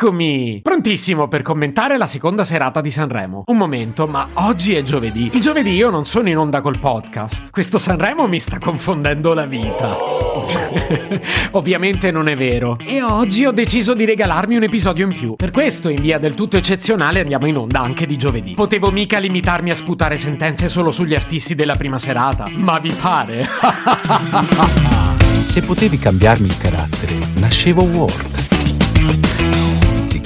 Eccomi! Prontissimo per commentare la seconda serata di Sanremo. Un momento, ma oggi è giovedì. Il giovedì io non sono in onda col podcast. Questo Sanremo mi sta confondendo la vita. Ovviamente non è vero. E oggi ho deciso di regalarmi un episodio in più. Per questo, in via del tutto eccezionale, andiamo in onda anche di giovedì. Potevo mica limitarmi a sputare sentenze solo sugli artisti della prima serata. Ma vi pare? Se potevi cambiarmi il carattere, nascevo Word. Si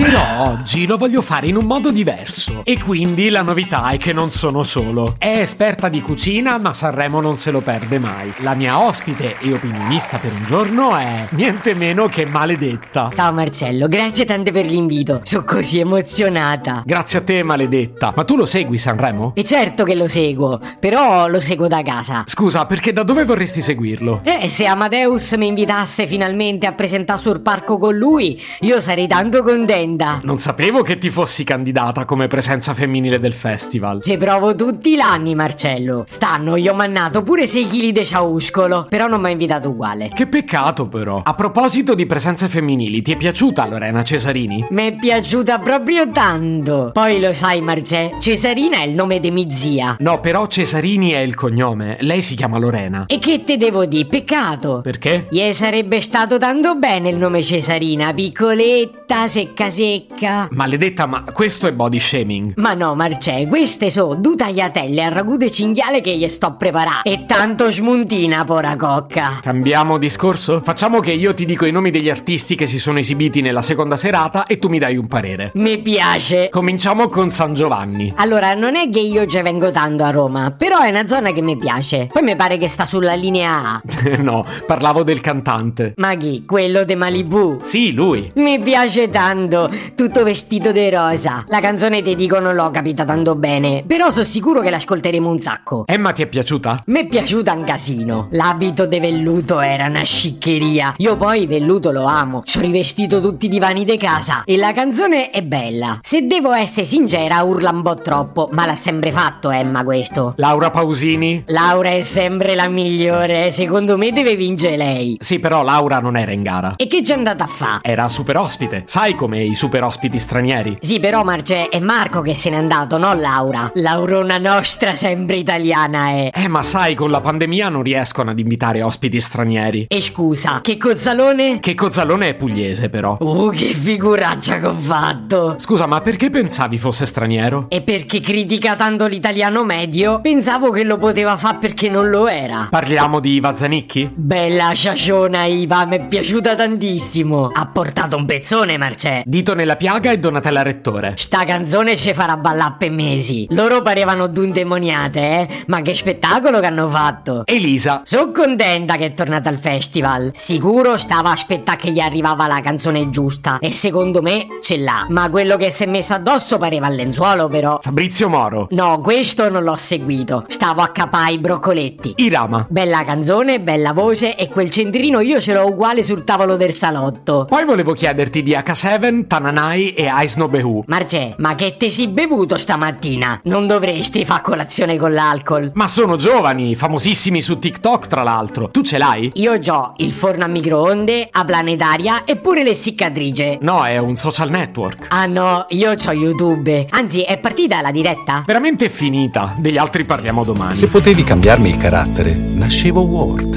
Però oggi lo voglio fare in un modo diverso. E quindi la novità è che non sono solo. È esperta di cucina, ma Sanremo non se lo perde mai. La mia ospite e opinionista per un giorno è niente meno che maledetta. Ciao Marcello, grazie tante per l'invito. Sono così emozionata. Grazie a te, maledetta. Ma tu lo segui Sanremo? E certo che lo seguo, però lo seguo da casa. Scusa, perché da dove vorresti seguirlo? Eh, se Amadeus mi invitasse finalmente a presentare sul parco con lui, io sarei tanto contenta. Non sapevo che ti fossi candidata come presenza femminile del festival. Ci provo tutti l'anni, Marcello. Stanno, gli ho mannato pure 6 kg di ciauscolo, però non mi ha invitato uguale. Che peccato però. A proposito di presenze femminili, ti è piaciuta Lorena Cesarini? Mi è piaciuta proprio tanto. Poi lo sai, Marcello, Cesarina è il nome di mia zia. No, però Cesarini è il cognome. Lei si chiama Lorena. E che te devo dire, peccato. Perché? Gli sarebbe stato tanto bene il nome Cesarina, piccoletta, secca secca. Maledetta, ma questo è body shaming. Ma no, Marcè, queste sono due tagliatelle al ragù di cinghiale che gli sto preparando. E tanto smuntina, pora cocca. Cambiamo discorso? Facciamo che io ti dico i nomi degli artisti che si sono esibiti nella seconda serata e tu mi dai un parere. Mi piace. Cominciamo con San Giovanni. Allora, non è che io già vengo tanto a Roma, però è una zona che mi piace. Poi mi pare che sta sulla linea A. no, parlavo del cantante. Ma chi? Quello di Malibu. Sì, lui. Mi piace tanto, tutto vestito di rosa. La canzone Te dico non l'ho capita tanto bene, però sono sicuro che l'ascolteremo un sacco. Emma ti è piaciuta? Mi è piaciuta un casino. L'abito di velluto era una sciccheria. Io poi velluto lo amo. Ci ho rivestito tutti i divani di casa. E la canzone è bella. Se devo essere sincera, urla un po' troppo, ma l'ha sempre fatto Emma questo. Laura Pausini? Laura è sempre la migliore. Secondo me deve vincere lei. Sì, però Laura non era in gara. E che c'è andata a fa? Era super ospite. Sai come i super ospiti stranieri? Sì, però Marce è Marco che se n'è andato, non Laura. Laurona nostra, sempre italiana è. Eh, ma sai, con la pandemia non riescono ad invitare ospiti stranieri. E scusa, che cozzalone? Che Cozzalone è pugliese, però. Oh, che figuraccia che ho fatto! Scusa, ma perché pensavi fosse straniero? E perché critica tanto l'italiano medio, pensavo che lo poteva fare perché non lo era. Parliamo di Iva Zanicchi? Bella ciaciona Iva, mi è piaciuta tantissimo. Ha portato un pezzone, Marcè. Dito nella piaga e Donatella Rettore. Sta canzone ci farà ballare per mesi. Loro parevano d'un demoniate, eh? Ma che spettacolo che hanno fatto! Elisa. Sono contenta che è tornata al festival. Sicuro stava a aspettare che gli arrivava la canzone giusta. E secondo me ce l'ha. Ma quello che si è messo addosso pareva il lenzuolo, però. Fabrizio Moro. No, questo non l'ho seguito. Stavo a capare i broccoletti. Irama. Bella canzone, bella voce e quel centrino io ce l'ho uguale sul tavolo del salotto. Poi volevo chiederti di H7, Tananai e Ice No Behu. Marce, ma che te si bevuto stamattina? Non dovresti fa colazione con l'alcol. Ma sono giovani, famosissimi su TikTok tra l'altro. Tu ce l'hai? Io già il forno a microonde, a planetaria e pure l'essiccatrice. No, è un social network. Ah no, io c'ho YouTube. Anzi, è partita la diretta? Veramente è finita. Degli altri parliamo domani. Se potevi cambiarmi il carattere, nascevo Word.